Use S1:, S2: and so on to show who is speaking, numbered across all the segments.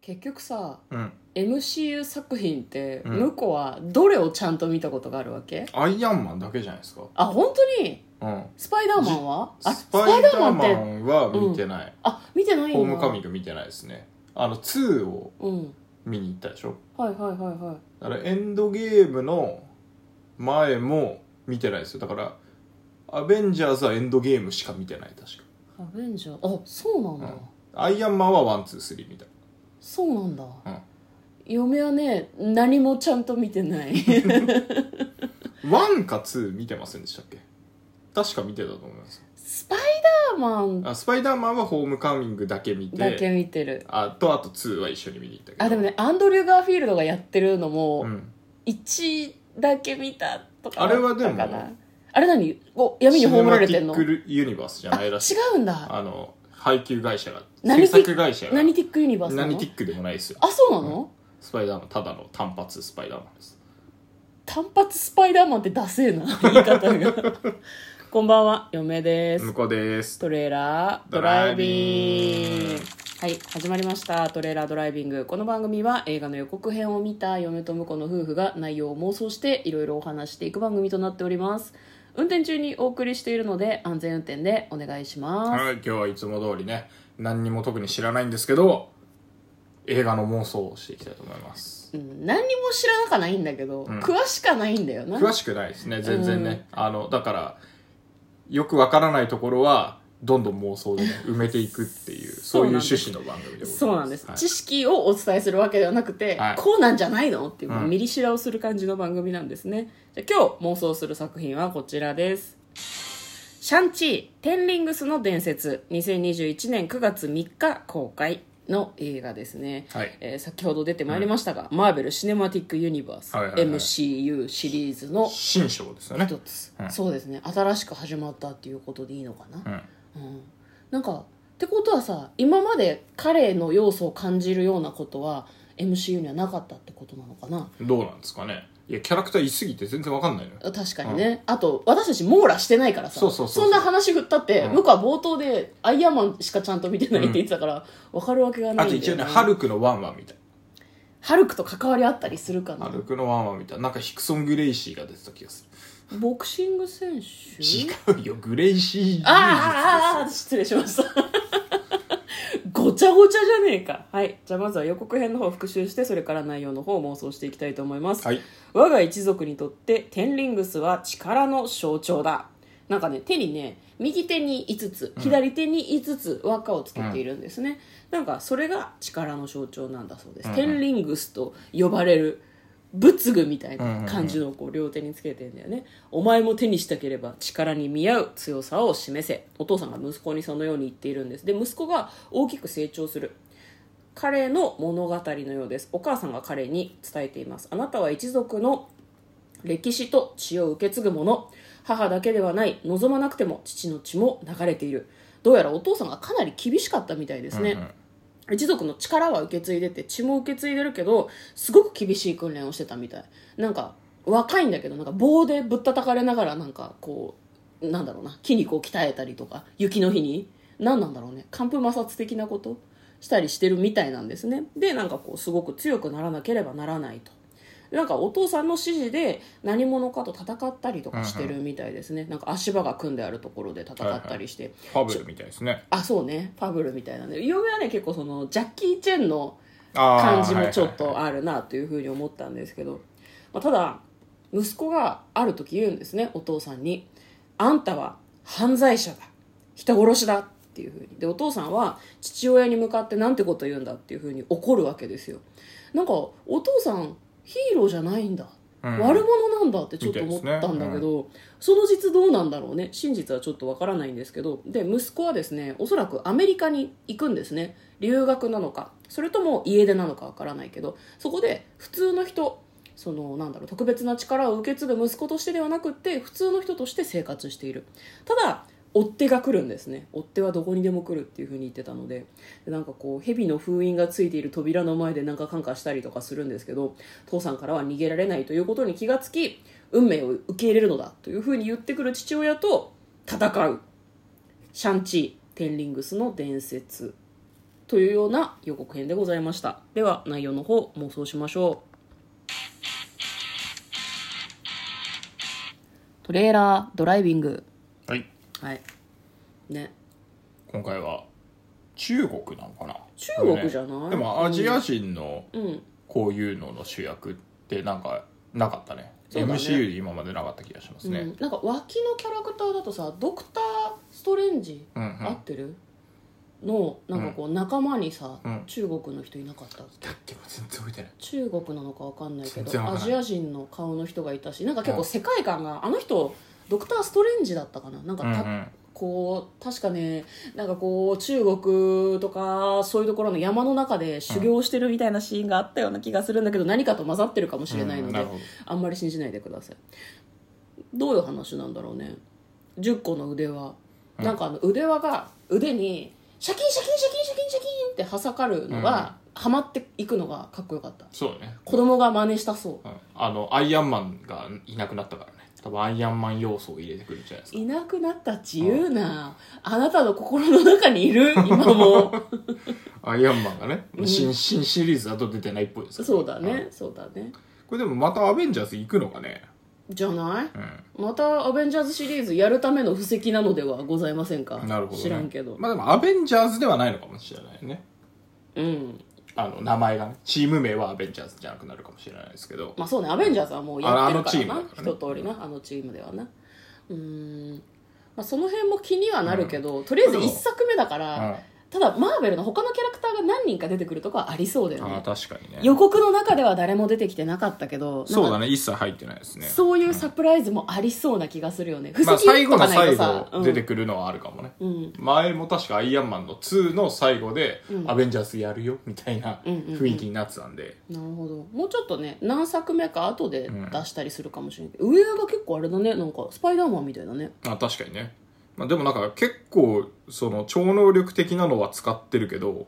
S1: 結局さ
S2: うん。
S1: MCU 作品って
S2: うん
S1: 向こうはどれをちゃんと見たことがあるわけ、
S2: アイアンマンだけじゃないですか。
S1: あ本当に
S2: うん。
S1: スパイダーマンはあ
S2: スパイダーマ
S1: って
S2: ンは見てない。
S1: あ見てないんだ
S2: ホームカミング見てないですね。あの、2を
S1: うん
S2: 見に行ったでしょ。
S1: はいはいはいはい
S2: だからエンドゲームの前も見てないですよ。だから、アベンジャーズはエンドゲームしか見てない、確か。
S1: アベンジャーあそうなんだ、
S2: うんアイアンマンはワン、ツー、スリーみたい
S1: そうなんだ、
S2: ん
S1: 嫁はね何もちゃんと見て ない
S2: な。ワンかツー見てませんでしたっけ確か見てたと思います。
S1: スパイダーマン
S2: あスパイダーマンはホームカミングだけ見て、
S1: だけ見てる
S2: あとあと2は一緒に見に行ったけど。
S1: あでもねアンドリュー・ガーフィールドがやってるの
S2: う
S1: も
S2: ん。
S1: 1だけ見たとか
S2: あれはでも
S1: だったかなあれ何お闇に葬られてんの
S2: シネマティックユニバースじゃ
S1: あ
S2: ない
S1: 違
S2: らしい。
S1: うんだ
S2: あの、配給会社が、
S1: 何
S2: 制
S1: ティ
S2: 作会社が、
S1: 何ティックユニバースなの
S2: 何ティックでもないですよ。
S1: あそうなの、
S2: スパイダーマン、ただの単発スパイダーマンです。
S1: 単発スパイダーマンってダセえな 言い方が こんばんは嫁です、
S2: 向こうです。
S1: トレーラード
S2: ド
S1: ラ
S2: ラ
S1: イ
S2: イ
S1: ビ
S2: ビ
S1: ン
S2: ン
S1: グ
S2: グ
S1: はい始まりましたトレーラードライビングこの番組は映画の予告編を見た嫁と婿の夫婦が内容を妄想していろいろお話していく番組となっております運転中にお送りしているので安全運転でお願いします、
S2: はい、今日はいつも通りね、何にも特に知らないんですけど、映画の妄想をしていきたいと思います。
S1: うん、何にも知らなかないんだけど、
S2: ん
S1: 詳しかないんだよな
S2: 詳しくないですね、全然ね。あの、だから、よくわからないところは、どんどん妄想で、ね、埋めていくっていう、
S1: そ
S2: そうう
S1: ないん
S2: う
S1: です
S2: 趣旨の番組でございます。
S1: そうなんです、
S2: はい
S1: 知識をお伝えするわけではなくて、
S2: はい
S1: こうなんじゃないのっていう、
S2: うん
S1: ミリ知らをする感じの番組なんですねじゃあ今日妄想する作品はこちらです「シャンチー・テンリングスの伝説」2021年9月3日公開の映画ですね、
S2: はい
S1: えー先ほど出てまいりましたが、マーベル・シネマティック・ユニバース、
S2: はいはいはい
S1: MCU シリーズの
S2: 新章ですよね。
S1: 一つ、
S2: うん
S1: そうですね新しく始まったっていうことでいいのかな、
S2: うん。
S1: うんなんかってことはさ今まで彼の要素を感じるようなことは MCU にはなかったってことなのかな
S2: どうなんですかね。いや、キャラクターいすぎて全然わかんないのよ。
S1: 確かにね、あと私たち網羅してないからさ
S2: そうそうそうそうん
S1: な話振ったって、
S2: うん
S1: 向こうは冒頭でアイアンマンしかちゃんと見てないって言ってたから、分かるわけがな
S2: あ
S1: いん
S2: と
S1: だよ、ね、
S2: 一応ね、ハルクのワンワンみたい。
S1: ハルクと関わりあったりするかな
S2: ハルクのワンワンみたい。なんかヒクソン・グレイシーが出てた気がす
S1: ボクシング選手
S2: る。違うよ、グレイシー・ジーズですよ
S1: あーあーあー失礼しました ごちゃごちゃじゃねえかはいじゃあまずは予告編の方を復習してそれから内容の方を妄想していきたいと思います、
S2: はい。
S1: 我が一族にとってテンリングスは力の象徴だなんかね手にね右手に5つ左手に5つ輪っかをつけているんですね、なんかそれが力の象徴なんだそうです、
S2: うんうん
S1: テンリングスと呼ばれる仏具みたいな感じのこう両手につけてんだよね、お前も手にしたければ力に見合う強さを示せお父さんが息子にそのように言っているんですで息子が大きく成長する彼の物語のようですお母さんが彼に伝えていますあなたは一族の歴史と血を受け継ぐもの母だけではない望まなくても父の血も流れているどうやらお父さんがかなり厳しかったみたいですね、
S2: うんうん
S1: 一族の力は受け継いでて血も受け継いでるけどすごく厳しい訓練をしてたみたいなんか若いんだけどなんか棒でぶったたかれながらなんかこうなんだろうな筋肉を鍛えたりとか雪の日に何なんだろうね寒風摩擦的なことしたりしてるみたいなんですねでなんかこうすごく強くならなければならないとなんかお父さんの指示で何者かと戦ったりとかしてるみたいですね、なんか足場が組んであるところで戦ったりして、
S2: ファブルみたいですね。
S1: あそうねファブルみたいなね嫁はね結構そのジャッキー・チェンの
S2: あー
S1: 感じもちょっ
S2: はいは
S1: とあるなというふうに思ったんですけど、まあ、ただ息子がある時言うんですねお父さんに「あんたは犯罪者だ人殺しだ」っていうふうにでお父さんは父親に向かってなんてこと言うんだっていうふうに怒るわけですよなんかお父さんヒーローじゃないんだ
S2: いはいうん
S1: 悪者なんだってちょっと思ったんだけ
S2: みたいですね
S1: ど、その実どうなんだろうね真実はちょっとわからないんですけどで息子はですねおそらくアメリカに行くんですね留学なのかそれとも家出なのかわからないけどそこで普通の人そのなんだろう特別な力を受け継ぐ息子としてではなくって普通の人として生活しているただ追っ手が来るんですね追っ手はどこにでも来るっていうふうに言ってたのででなんかこう蛇の封印がついている扉の前でなんかカンカンしたりとかするんですけど父さんからは逃げられないということに気がつき運命を受け入れるのだというふうに言ってくる父親と戦うシャンチーテンリングスの伝説というような予告編でございましたでは内容の方妄想しましょうトレーラードライビング
S2: はい
S1: はいね
S2: 今回は中国なのかな
S1: 中国じゃない
S2: これねでもアジア人の
S1: うん
S2: こういうのの主役ってなんかなかったね
S1: そうだね
S2: MCU で今までなかった気がします
S1: う
S2: ね
S1: ん、なんか脇のキャラクターだとさドクター・ストレンジ、
S2: うん、うん
S1: 合ってるのなんかこう仲間にさ、
S2: うん
S1: 中国の人いなかった
S2: だってもう全然覚えてない
S1: 中国なのかわかんないけ
S2: 全然わ
S1: ど
S2: かん
S1: ア
S2: ない
S1: ジア人の顔の人がいたしなんか結
S2: う
S1: 構
S2: ん
S1: 世界観があの人ドクター・ストレンジだったかななんかた、
S2: うんうん
S1: こう確かねなんかこう中国とかそういうところの山の中で修行してるみたいなシーンがあったような気がするんだけど、何かと混ざってるかもしれないの
S2: う
S1: で、
S2: んなるほど
S1: あんまり信じないでくださいどういう話なんだろうね10個の腕輪、なんかあの腕輪が腕にシャキンシャキンシャキンシャキンシャキンってはさかるのが、はまっていくのがかっこよかった
S2: そうだね、
S1: 子供が真似したそ
S2: うん、あのアイアンマンがいなくなったからね多分アイアンマン要素を入れてくるんじゃないです
S1: う
S2: か
S1: いなくなった自由な、あなたの心の中にいる今も
S2: アイアンマンがね、
S1: うん
S2: 新新シリーズだと出てないっぽいですけど
S1: そうだね、
S2: ん
S1: そうだね
S2: これでもまたアベンジャーズ行くのかね
S1: じゃない
S2: うん
S1: またアベンジャーズシリーズやるための布石なのではございませんか
S2: なるほど、ね、
S1: 知らんけど、
S2: まあでもアベンジャーズではないのかもしれないね
S1: うん
S2: あの名前がねチーム名はアベンジャーズじゃなくなるかもしれないですけど、
S1: まあそうね、アベンジャーズはもうやってるからな、
S2: ああのチームだからね
S1: 一通りな、あのチームではな。うーん、まあ、その辺も気にはなるけど、とりあえず1作目だか
S2: うん
S1: ら、
S2: あ
S1: ただマーベルの他のキャラクターが何人か出てくるとかはありそうだよ
S2: ー
S1: ね。
S2: 確かにね
S1: 予告の中では誰も出てきてなかったけど、なんか
S2: そうだね一切入ってないですね
S1: そういうサプライズもありそうな気がするよね。布
S2: まあ
S1: 石
S2: 最
S1: と
S2: 後
S1: か
S2: の
S1: ないと
S2: 最
S1: さ、
S2: 後出てくるのはあるかもね、
S1: うん、うん。
S2: 前も確かアイアンマンの2の最後で、
S1: うん
S2: アベンジャーズやるよみたいな
S1: うんうんうん
S2: 雰囲気になってたんで、
S1: なるほどもうちょっとね何作目か後で出したりするかもしれないけど、上が結構あれだねなんかスパイダーマンみたいだね
S2: あ確かにね、まあ、でもなんか結構その超能力的なのは使ってるけど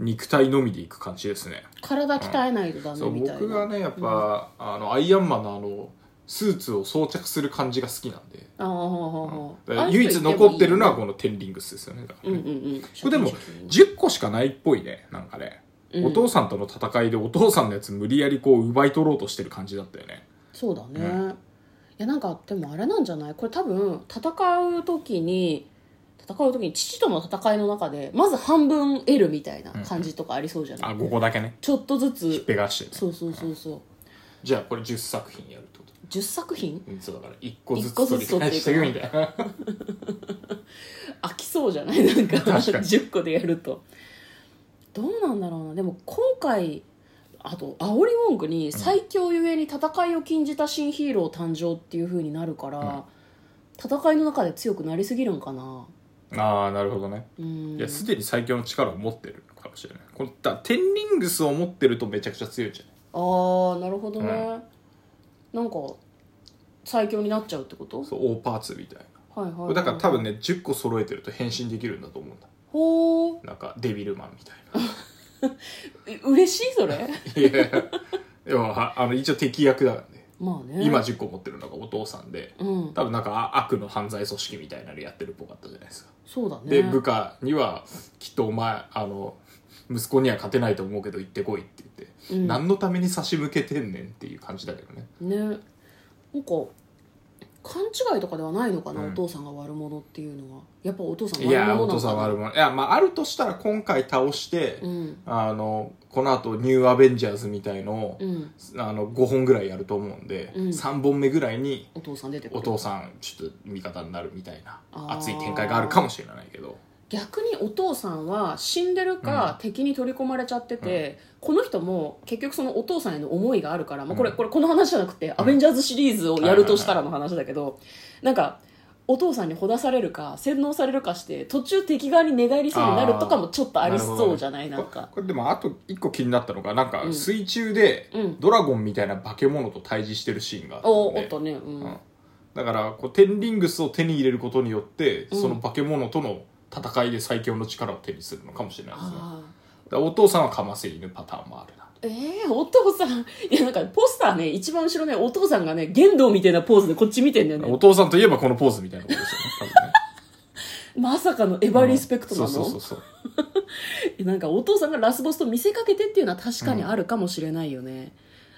S2: 肉体のみでいく感じですね
S1: 体鍛えないとダメ
S2: そう
S1: みたいな、
S2: 僕がねやっぱ、あのアイアンマンのあのスーツを装着する感じが好きなんで、
S1: ああ、はあはあ
S2: だ
S1: は
S2: か
S1: あ
S2: ら唯一残ってるのは
S1: こ
S2: このテンリングスですよねだか
S1: う
S2: ら
S1: んう
S2: ね、
S1: んうん。こ
S2: これでも10個しかないっぽいねなんかね、
S1: うん
S2: お父さんとの戦いでお父さんのやつ無理やりこう奪い取ろうとしてる感じだったよね
S1: そうだね。
S2: う
S1: いやなんかでもあれなんじゃない？これ多分戦う時に戦う時に父との戦いの中でまず半分得るみたいな感じとかありそうじゃない？
S2: あここだけね
S1: ちょっとず
S2: ひっ
S1: つ。
S2: ぺがしてね
S1: そうそうそうそう。
S2: じゃあこれ10作品やるってこと
S1: 10作品
S2: うんそうだから1個ず
S1: 一個
S2: つ
S1: ず
S2: 取
S1: つ
S2: り返していくみたいな
S1: 飽きそうじゃないなんか
S2: 確かに
S1: 10個でやるとどうなんだろうなでも今回あと煽り文句に最強ゆえに戦いを禁じた新ヒーロー誕生っていう風になるから、
S2: ん
S1: 戦いの中で強くなりすぎるんかな
S2: ああなるほどね
S1: うん
S2: いやすでに最強の力を持ってるかもしれないこのだテンリングスを持ってるとめちゃくちゃ強いじゃない
S1: あーなるほどね、なんか最強になっちゃうってこと
S2: そう大パーツみたいな
S1: はいはい、
S2: こ
S1: はい、
S2: れだから多分ね10個揃えてると変身できるんだと思うんだ
S1: ほう
S2: なんかデビルマンみたい
S1: え嬉しいそれ
S2: ないやいやでもはあの一応敵役だからね
S1: まあね
S2: 今10個持ってるのがお父さんで
S1: うん
S2: 多分なんかあ悪の犯罪組織みたいなのやってるっぽかったじゃないですか
S1: そうだね
S2: で部下にはきっとお前あの息子には勝てないと思うけど行ってこいって言って、
S1: うん
S2: 何のために差し向けてんねんっていう感じだけどね
S1: ねなんか勘違いとかではないのかな、
S2: うん
S1: お父さんが悪者っていうのはやっぱお父さん
S2: いやお
S1: な
S2: 父
S1: の
S2: さ
S1: か
S2: ん
S1: な
S2: はあるもんいやまああるとしたら今回倒して、
S1: うん
S2: あのこの後ニューアベンジャーズみたいのを、
S1: うん
S2: あの5本ぐらいやると思うんで、
S1: うん
S2: 3本目ぐらいに
S1: お父さん出てく
S2: お
S1: る
S2: 父さんちょっと味方になるみたいな
S1: あー
S2: 熱い展開があるかもしれないけど
S1: 逆にお父さんは死んでるか敵に取り込まれちゃってて、この人も結局そのお父さんへの思いがあるから、まあ、これ
S2: うん
S1: これこの話じゃなくて「アベンジャーズ」シリーズをやるとしたらの話だけど、なんかお父さんにほだされるか洗脳されるかして途中敵側に寝返りそうになるとかもちょっとありそうじゃない
S2: な
S1: な
S2: る
S1: ん
S2: ほどね
S1: か
S2: ここれでもあと1個気になったのがなん
S1: う
S2: か
S1: ん
S2: 水中で
S1: うん
S2: ドラゴンみたいな化け物と対峙してるシーンがあった
S1: お
S2: ん
S1: お
S2: で
S1: っとねうん、
S2: うんだからこうテンリングスを手に入れることによって、
S1: うん
S2: その化け物との戦いで最強の力を手にするのかもしれないですねだか
S1: ああ
S2: らお父さんはかませ犬パターンもあるな
S1: ええお父さん。いや、なんか、ポスターね、一番後ろね、お父さんがね、剣道みたいなポーズでこっち見てんだよ
S2: お
S1: ね。
S2: 父さんといえばこの ポーズみたいなことですよね多分ね
S1: まさかのエヴァリスペクトなの、
S2: うんそうそうそうそう
S1: なんかお父さんがラスボスと見せかけてっていうのは確かにあるかもしれないよね、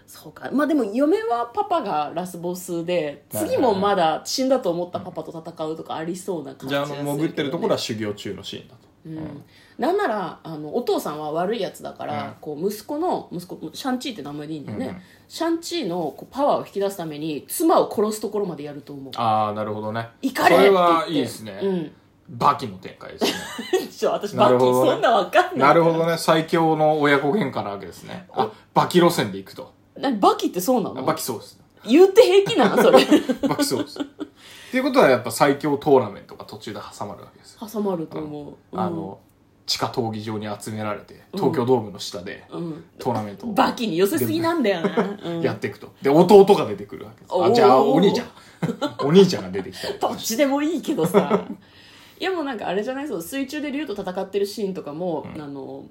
S1: そうかまあでも嫁はパパがラスボスで次もまだ死んだと思ったパパと戦うとかありそうな感
S2: じ
S1: じ
S2: ゃあ
S1: が
S2: あ
S1: す
S2: の
S1: るけどね、
S2: 潜ってるところは修行中のシーンだと、
S1: うんなんならあのお父さんは悪いやつだから、
S2: うん
S1: こう息子の息子シャンチーって名前でいいんだよね、
S2: うんうん
S1: シャンチーのこうパワーを引き出すために妻を殺すところまでやると思う
S2: ああなるほどね
S1: 怒れ
S2: それはい
S1: って言って
S2: いですね、
S1: うん
S2: バキの展開ですね
S1: ちょ私
S2: な
S1: バ
S2: る
S1: ッキ
S2: ほど
S1: ー
S2: ね
S1: そんなわかんない
S2: なるほどね最強の親子喧嘩なわけですねあバキ路線でいくと
S1: 何バキってそうなの
S2: バキそうです
S1: 言って平気なのそ れ
S2: バキそうです っていうことはやっぱ最強トーナメントが途中で挟まるわけですよ
S1: 挟まると思う、うん、
S2: あの地下闘技場に集められて東京ドームの下で
S1: うん
S2: トーナメントを
S1: バキに寄せすぎなんだよな、うん
S2: やっていくとで弟が出てくるわけです
S1: お
S2: あ
S1: ー
S2: じゃあお兄ちゃんお兄ちゃんが出てきたりと
S1: ど
S2: か
S1: っ
S2: して
S1: ちでもいいけどさ いやもうなんかあれじゃないそう水中で竜と戦ってるシーンとかも、あの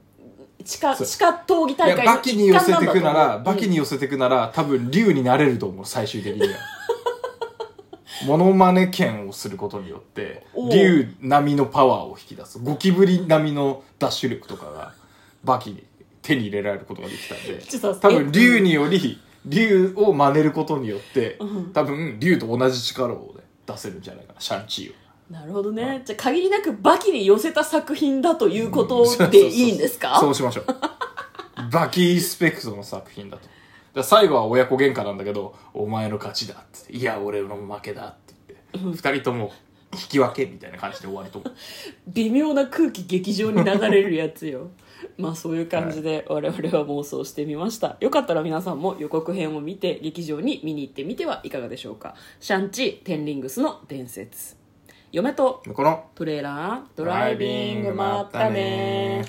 S1: 地下
S2: そう
S1: 地下闘技
S2: い
S1: 大
S2: や
S1: 会
S2: バキに寄せてくなら、
S1: うん
S2: バキに寄せてくなら、多分竜になれると思う、最終的 には。モノマネ剣をすることによって
S1: お、う
S2: 竜並みのパワーを引き出す。ゴキブリ並みのダッシュ力とかが、バキに手に入れられることができた
S1: ちょっと
S2: んで、多分竜により、竜を真似ることによって
S1: うん、
S2: 多分竜と同じ力をね出せるんじゃないかな、シャンチーを。
S1: なるほどね、じゃあ限りなくバキに寄せた作品だということでいいんですか、
S2: そうしましょう。バキースペクトの作品だと。だから最後は親子喧嘩なんだけど、お前の勝ちだって言っていや、俺の負けだって言って、二人とも引き分けみたいな感じで終わると思う。
S1: 微妙な空気劇場に流れるやつよ まあそういう感じで我々は妄想してみましたよかったら皆さんも予告編を見て劇場に見に行ってみてはいかがでしょうか「シャンチー・テンリングスの伝説」嫁と
S2: この、
S1: トレーラードライビングまったね